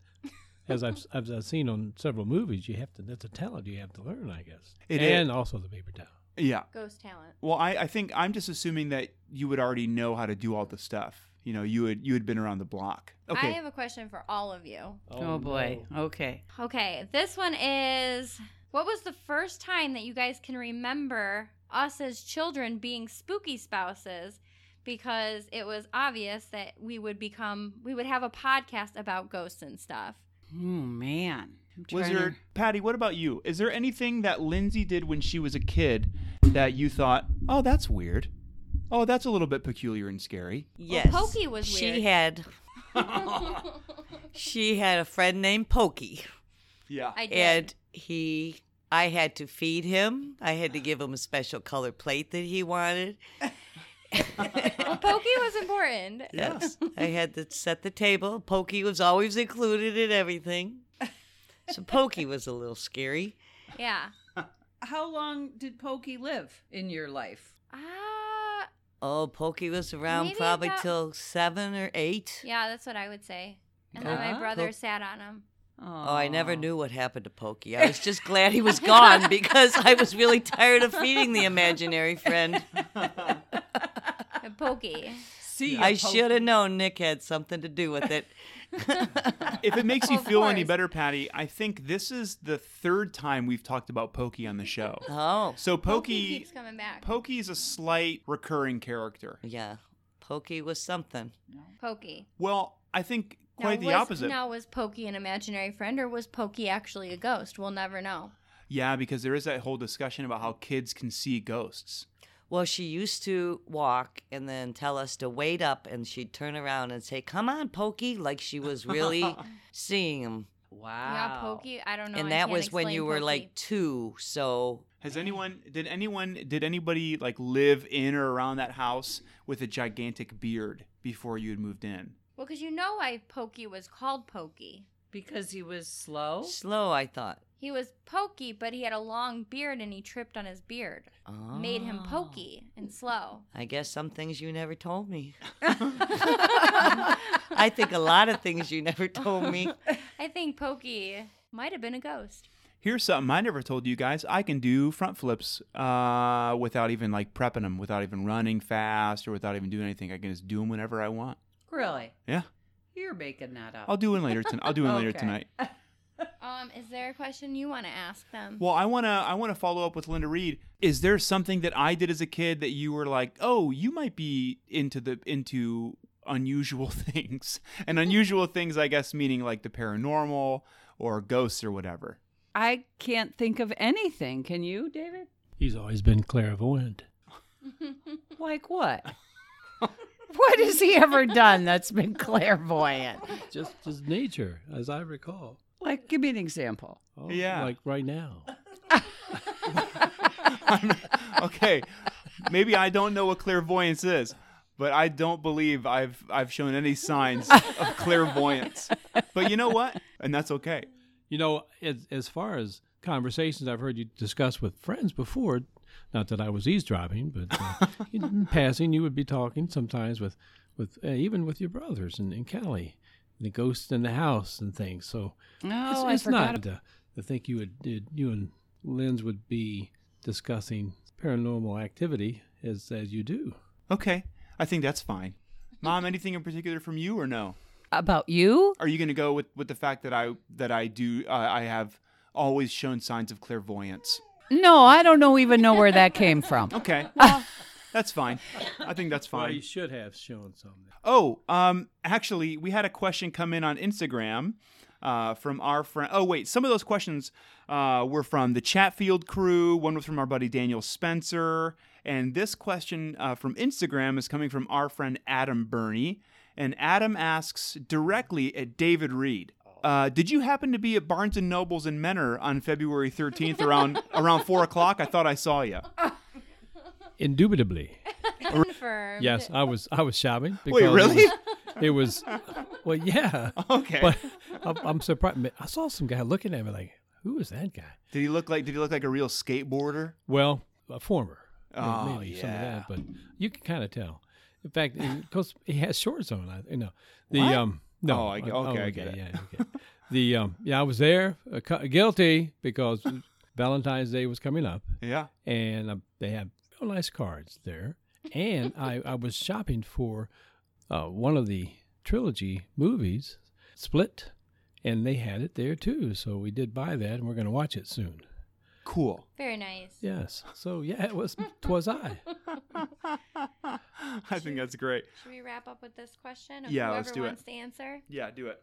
As I've, as I've seen on several movies, you have to. That's a talent you have to learn, I guess. It is. and also the paper towel. Yeah. Ghost talent. Well, I, I think I'm just assuming that you would already know how to do all the stuff. You know, you had you had been around the block. I Okay. have a question for all of you. Oh, boy. Okay. Okay, this one is what was the first time that you guys can remember us as children being spooky spouses because it was obvious that we would become we would have a podcast about ghosts and stuff. Oh man. I'm trying to- Wizard Patty, what about you? Is there anything that Lindsay did when she was a kid that you thought, oh, that's weird? Oh, that's a little bit peculiar and scary. Yes. Pokey was weird. She had. she had a friend named Pokey, Yeah. I did. and he. I had to feed him. I had to give him a special color plate that he wanted. well, Pokey was important. Yes. I had to set the table. Pokey was always included in everything. So Pokey was a little scary. Yeah. How long did Pokey live in your life? Ah, Oh, Pokey was around Maybe probably about- till seven or eight. yeah, that's what I would say. And then my Uh-huh. brother Pok- sat on him. Oh, Uh, I never knew what happened to Pokey. I was just glad he was gone because I was really tired of feeding the imaginary friend. And Uh, Pokey. See, ya, I Pokey. should have known Nick had something to do with it. If it makes you Of feel any course. better, Patty, I think this is the third time we've talked about Pokey on the show. Oh, So Pokey Pokey keeps coming back. Pokey is a slight recurring character. yeah. Pokey was something. Pokey. Well, I think quite now, the was, opposite. Now, was Pokey an imaginary friend or was Pokey actually a ghost? We'll never know. Yeah, because there is that whole discussion about how kids can see ghosts. Well, she used to walk and then tell us to wait up, and she'd turn around and say, Come on, Pokey, like she was really seeing him. Wow. Yeah, Pokey. I don't know. Oh, I and that can't was when explain you were Pokey. like two. So, Has anyone did anyone did anybody like live in or around that house with a gigantic beard before you had moved in? Well, because you know why Pokey was called Pokey. Because he was slow. slow, I thought. He was Pokey, but he had a long beard and he tripped on his beard. Oh. Made him Pokey and slow. I guess some things you never told me. I think a lot of things you never told me. I think Pokey might have been a ghost. Here's something I never told you guys. I can do front flips uh, without even like prepping them, without even running fast or without even doing anything. I can just do them whenever I want. Really? Yeah, You're making that up. I'll do one later. Ton- I'll do one later Okay. tonight. Um, is there a question you want to ask them? Well, I wanna I wanna follow up with Linda Reed. Is there something that I did as a kid that you were like, oh, you might be into the into unusual things, and unusual things, I guess, meaning like the paranormal or ghosts or whatever. I can't think of anything. Can you, David? He's always been clairvoyant. Like what? what has he ever done that's been clairvoyant? Just his nature, as I recall. Like, give me an example. Oh, Yeah. Like right now. Okay, maybe I don't know what clairvoyance is, but I don't believe I've I've shown any signs of clairvoyance. But you know what? And that's okay. You know, as, as far as conversations I've heard you discuss with friends before, not that I was eavesdropping, but uh, in passing, you would be talking sometimes with, with uh, even with your brothers in, in Cali, the ghosts in the house and things. So No, it's, Oh, I it's forgot. not. Uh, I think you would you'd- you and Linz would be discussing paranormal activity as as you do. Okay, I think that's fine. Mom, anything in particular from you or no? About you? Are you going to go with, with the fact that I that I do uh, I have always shown signs of clairvoyance? No, I don't know even know where that came from. Okay, well, that's fine. I think that's Well, you fine. should have shown something. Oh, um, actually, we had a question come in on Instagram uh, from our friend. Oh, wait, some of those questions uh, were from the Chatfield crew. One was from our buddy Daniel Spencer, and this question uh, from Instagram is coming from our friend Adam Burney. And Adam asks directly at David Reed. Uh, did you happen to be at Barnes and Nobles in Menor on February 13th around around four o'clock? I thought I saw you. Indubitably, Confirmed. yes, I was I was shopping. Wait, because really? It was, it was- well, yeah. Okay. But I'm, I'm surprised. I saw some guy looking at me like, "Who is that guy?" Did he look like Did he look like a real skateboarder? Well, a former. May- Oh, maybe some of yeah. that, but you can kind of tell. In fact, because he has shorts on, I you know the What? um no Oh, I get- okay, I get it. yeah okay the um yeah I was there uh, cu- guilty because Valentine's Day was coming up, Yeah. and uh, they had real nice cards there. And I, I was shopping for uh, one of the trilogy movies, Split, and they had it there too. So we did buy that, and we're going to watch it soon. Cool. Very nice. Yes. So yeah, it was twas I. I think that's great. Should we wrap up with this question? Or Yeah, whoever let's do it. wants to answer. Yeah, do it.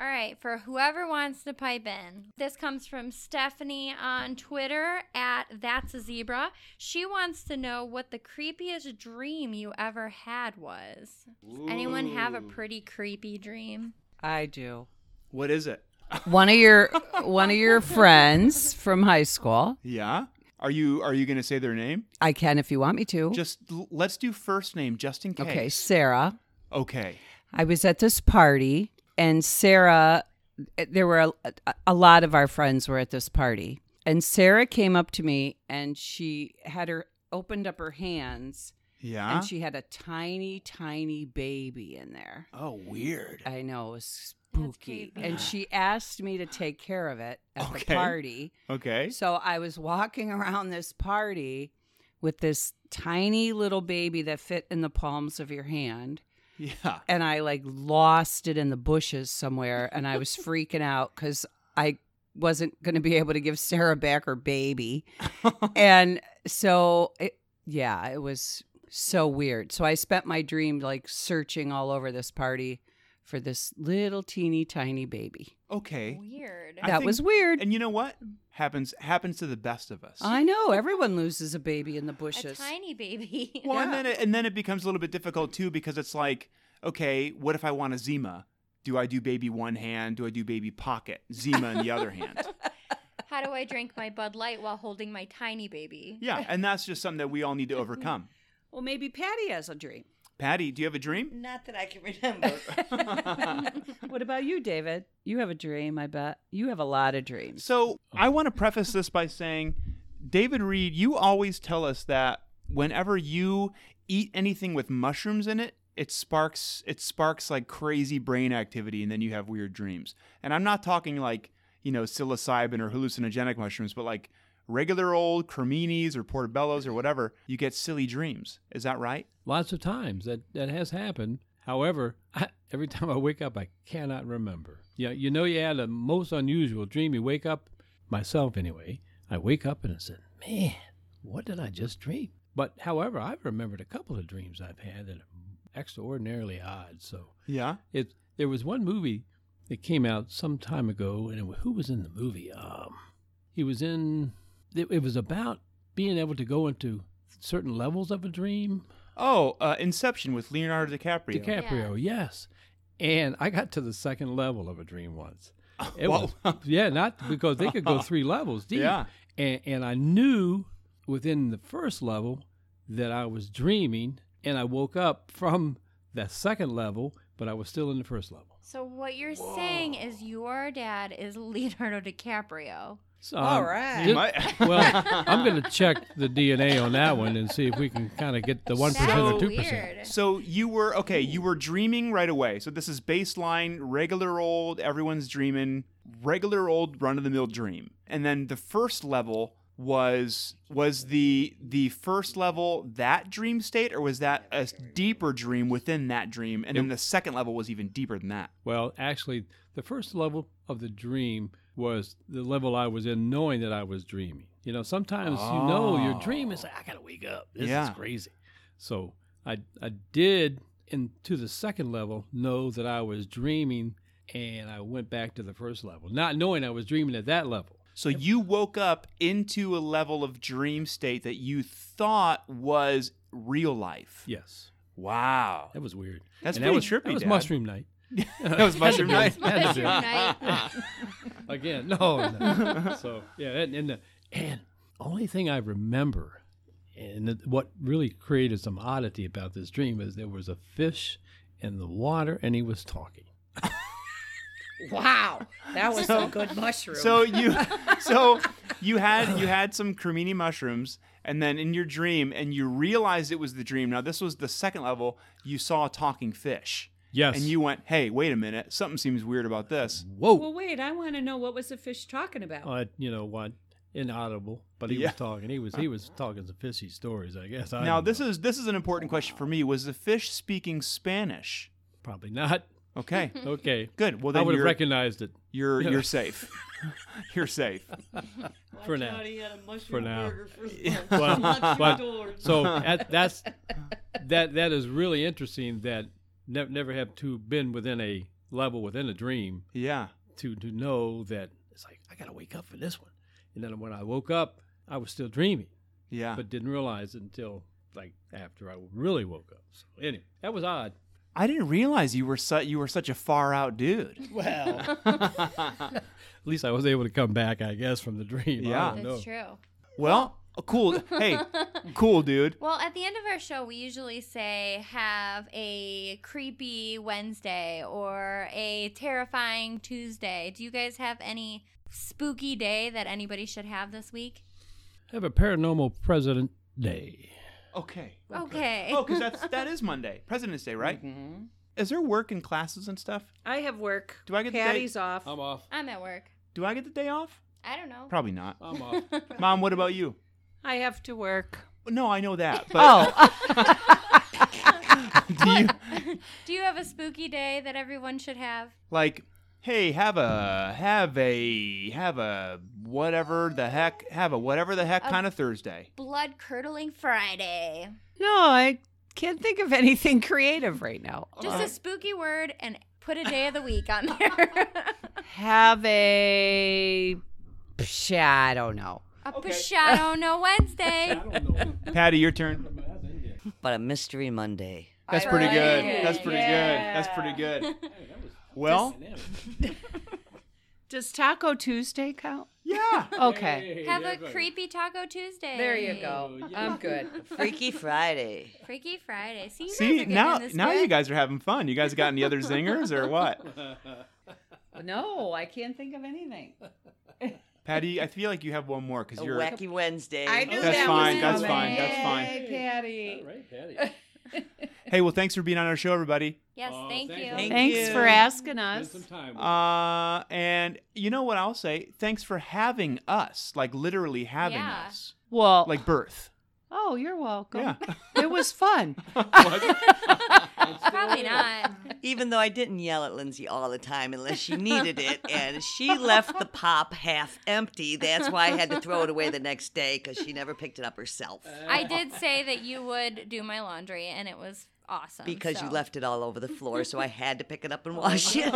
All right, for whoever wants to pipe in. This comes from Stephanie on Twitter at That's a Zebra. She wants to know what the creepiest dream you ever had was. Does anyone have a pretty creepy dream? I do. What is it? One of your one of your friends from high school. Yeah. Are you are you going to say their name? I can if you want me to. Just l- let's do first name just in case. okay, Sarah. Okay. I was at this party, and Sarah, there were a, a lot of our friends were at this party. And Sarah came up to me and she had her opened up her hands Yeah. and she had a tiny, tiny baby in there. oh, weird. I know, it was spooky. creepy. And she asked me to take care of it at Okay. the party. Okay. So I was walking around this party with this tiny little baby that fit in the palms of your hand Yeah. and I like lost it in the bushes somewhere, and I was freaking out because I wasn't going to be able to give Sarah back her baby, and so it, yeah, it was so weird. So I spent my dream like searching all over this party for this little teeny tiny baby. Okay. Weird. I that think- was weird. And you know what? Happens happens to the best of us. I know everyone loses a baby in the A bushes. tiny baby. well, and then it, and then it becomes a little bit difficult too because it's like, okay, what if I want a Zima? Do I do baby one hand? Do I do baby pocket? Zima in the other hand. How do I drink my Bud Light while holding my tiny baby? Yeah, and that's just something that we all need to overcome. Well, maybe Patty has a dream. Patty, do you have a dream? Not that I can remember. what about you, David? You have a dream, I bet. You have a lot of dreams. So I want to preface this by saying, David Reed, you always tell us that whenever you eat anything with mushrooms in it, it sparks it sparks like crazy brain activity, and then you have weird dreams. And I'm not talking like you know psilocybin or hallucinogenic mushrooms, but like regular old creminis or portobellos or whatever, you get silly dreams. Is that right? Lots of times that that has happened. However, I, every time I wake up, I cannot remember. Yeah, you know, you had a most unusual dream. You wake up, myself anyway. I wake up and I said, "Man, what did I just dream?" But however, I've remembered a couple of dreams I've had that are extraordinarily odd. So Yeah. it there was one movie that came out some time ago, and it, who was in the movie? Um, he was in. It, it was about being able to go into certain levels of a dream. Oh, uh, Inception with Leonardo DiCaprio. DiCaprio, yes. And I got to the second level of a dream once. It Whoa. was yeah, not because they could go three levels deep. Yeah. And and I knew within the first level that I was dreaming and I woke up from that second level, but I was still in the first level. So what you're saying is your dad is Leonardo DiCaprio. So, All right. ju- My- well, I'm going to check the DNA on that one and see if we can kind of get the one percent or That's two percent. weird. So you were okay. You were dreaming right away. So this is baseline, regular old. Everyone's dreaming, regular old, run of the mill dream. And then the first level was was the the first level that dream state, or was that a deeper dream within that dream? And then the second level was even deeper than that. Well, actually, the first level of the dream was the level I was in, knowing that I was dreaming. You know, sometimes you know your dream is like, I gotta wake up. This Ah. Yeah. is crazy. So I I did and to the second level know that I was dreaming, and I went back to the first level, not knowing I was dreaming at that level. So you woke up into a level of dream state that you thought was real life. Yes, Wow, that was weird. That's and pretty that was, trippy, That was Dad. mushroom night that was mushroom night. Had to Mushroom be. night. again. No, no. so yeah, and and, the, and only thing I remember, and it- what really created some oddity about this dream is there was a fish in the water and he was talking. wow, that was a good mushroom. So you, so you had you had some cremini mushrooms, and then in your dream, and you realized it was the dream. Now this was the second level. You saw a talking fish, Yes, and you went, "Hey, wait a minute, something seems weird about this." whoa. Oh, Well, wait, I want to know what was the fish talking about? Uh, you know what? inaudible, but he Yeah. was talking. He was he was talking some fishy stories, I guess. Now I don't this know. is this is an important question for me. Was the fish speaking Spanish? probably not Okay, okay. good. Well, I then would have you're recognized it you're you're safe. you're safe. for now. had a mushroom For now. burger for lunch. But- but- So at, that's that that is really interesting. That ne- never have to been within a level within a dream Yeah. to to know that it's like I gotta wake up for this one. And then when I woke up, I was still dreaming, Yeah. but didn't realize it until like after I really woke up. So anyway, that was odd. I didn't realize you were su- you were such a far out dude. Well, at least I was able to come back, I guess, from the dream. I Yeah. don't That's know. true. Well, cool. Hey, cool dude. Well, at the end of our show, we usually say have a creepy Wednesday or a terrifying Tuesday. Do you guys have any spooky day that anybody should have this week? Have a paranormal president day. Okay. Okay. Oh, because that's that is Monday, President's Day, right? Mm-hmm. Is there work and classes and stuff? I have work. Do I get Oh, the day- Patty's off? I'm off. I'm at work. Do I get the day off? I don't know. Probably not. I'm off. Mom, what about you? I have to work. No, I know that. Oh. But do you Do you have a spooky day that everyone should have? like hey, have a have a have a whatever the heck have a whatever the Oh. heck kind of Thursday. Blood curdling Friday. No, I can't think of anything creative right now. Just a spooky word and put a day of the week on there. Have a. Psh, I don't know. a Pashado No Wednesday. Patty, your turn. But a mystery Monday. That's pretty like good. it. That's pretty good. That's pretty good. Well, Does Taco Tuesday count? Oh, yeah. Okay. Have a creepy Taco Tuesday. There you go. I'm good. Freaky Friday. Freaky Friday. See, you guys are See, getting now this now good. you guys are having fun. You guys got any other zingers or what? No, I can't think of anything. Patty, I feel like you have one more because A you're wacky Wednesday. I knew That's that fine, was that's coming. fine, that's fine. Yay, Patty. Right, Patty. Hey, well, thanks for being on our show, everybody. Yes, Oh, thank thank you. you. Thank Thanks you. for asking Spend us. some time. Uh, and you know what I'll say? Thanks for having us, like literally having Yeah. us, Well, like birth. oh, you're welcome. Yeah. It was fun. Probably not. Even though I didn't yell at Lindsay all the time unless she needed it, and she left the pop half empty. That's why I had to throw it away the next day because she never picked it up herself I did say that you would do my laundry, and it was awesome. because you so. left it all over the floor. So I had to pick it up and wash it.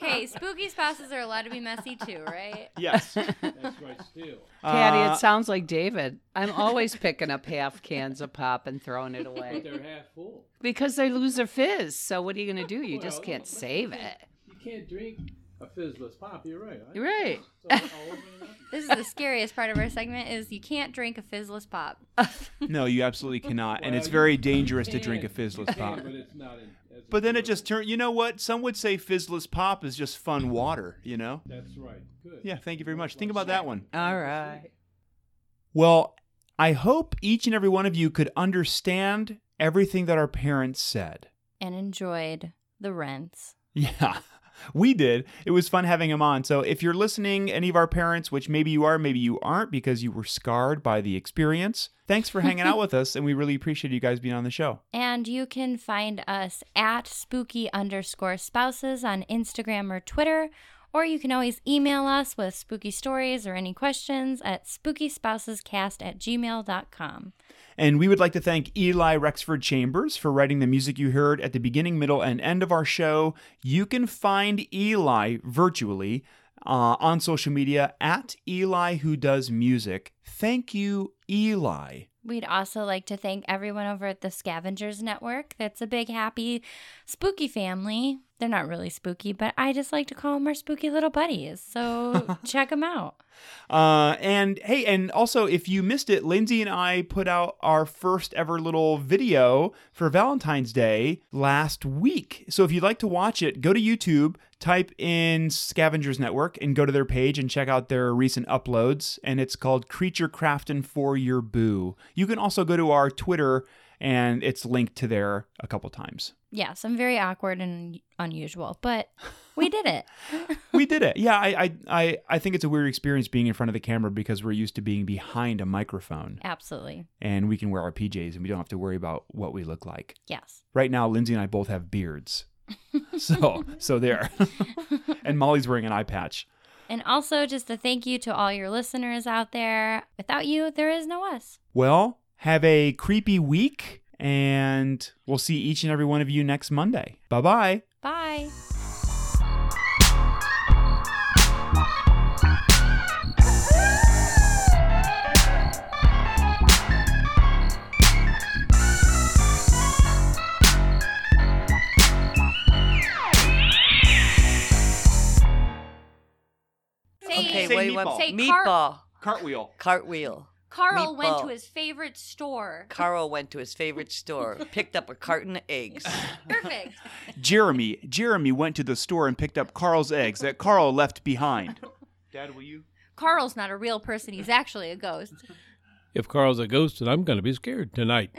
Hey, spooky spouses are allowed to be messy too, right? Yes. That's right, still. Patty, Uh, it sounds like David. I'm always picking up half cans of pop and throwing it away They're half full. because they lose their fizz. So what are you going to do? You just Well, can't but- save it. You can't drink a fizzless pop. You're right. I- You're right. so I'll open it up. This is the scariest part of our segment: is you can't drink a fizzless pop. no, you absolutely cannot. and it's Well, very dangerous to drink a Can, you fizzless can, pop. But it's not in. as But then it enjoyable. just turned, you know what? Some would say fizzless pop is just fun water, you know? That's right. Good. Yeah, thank you very much. Think about that one. All right. Well, I hope each and every one of you could understand everything that our parents said. And enjoyed the rents. Yeah, we did. It was fun having him on. So if you're listening, any of our parents, which maybe you are, maybe you aren't, because you were scarred by the experience, thanks for hanging out with us. And we really appreciate you guys being on the show. And you can find us at spooky underscore spouses on Instagram or Twitter. Or you can always email us with spooky stories or any questions at spookyspousescast at gmail.com. And we would like to thank Eli Rexford Chambers for writing the music you heard at the beginning, middle, and end of our show. You can find Eli virtually uh, on social media at Eli Who Does Music. Thank you, Eli. We'd also like to thank everyone over at the Scavengers Network. That's a big, happy, spooky family. They're not really spooky, but I just like to call them our spooky little buddies. So check them out. Uh, and hey, and also if you missed it, Lindsay and I put out our first ever little video for Valentine's Day last week. So if you'd like to watch it, go to YouTube, type in Scavengers Network, and go to their page and check out their recent uploads. And it's called Creature Crafting for Your Boo. You can also go to our Twitter and it's linked to there a couple times. Yes, I'm very awkward and unusual, but we did it. we did it. Yeah, I, I I I think it's a weird experience being in front of the camera because we're used to being behind a microphone Absolutely. and we can wear our PJs and we don't have to worry about what we look like. Yes. Right now, Lindsay and I both have beards. so so there. and Molly's wearing an eye patch. And also, just a thank you to all your listeners out there. Without you, there is no us. Well, have a creepy week and we'll see each and every one of you next Monday. Bye bye. Bye. Say, Okay, Say what do you meatball. want? say Car- Meatball. Cartwheel. Cartwheel. Carl went to meatball. his favorite store. Carl went to his favorite store, picked up a carton of eggs. Perfect. Jeremy. Jeremy went to the store and picked up Carl's eggs that Carl left behind. Dad, will you? Carl's not a real person. He's actually a ghost. If Carl's a ghost, then I'm going to be scared tonight.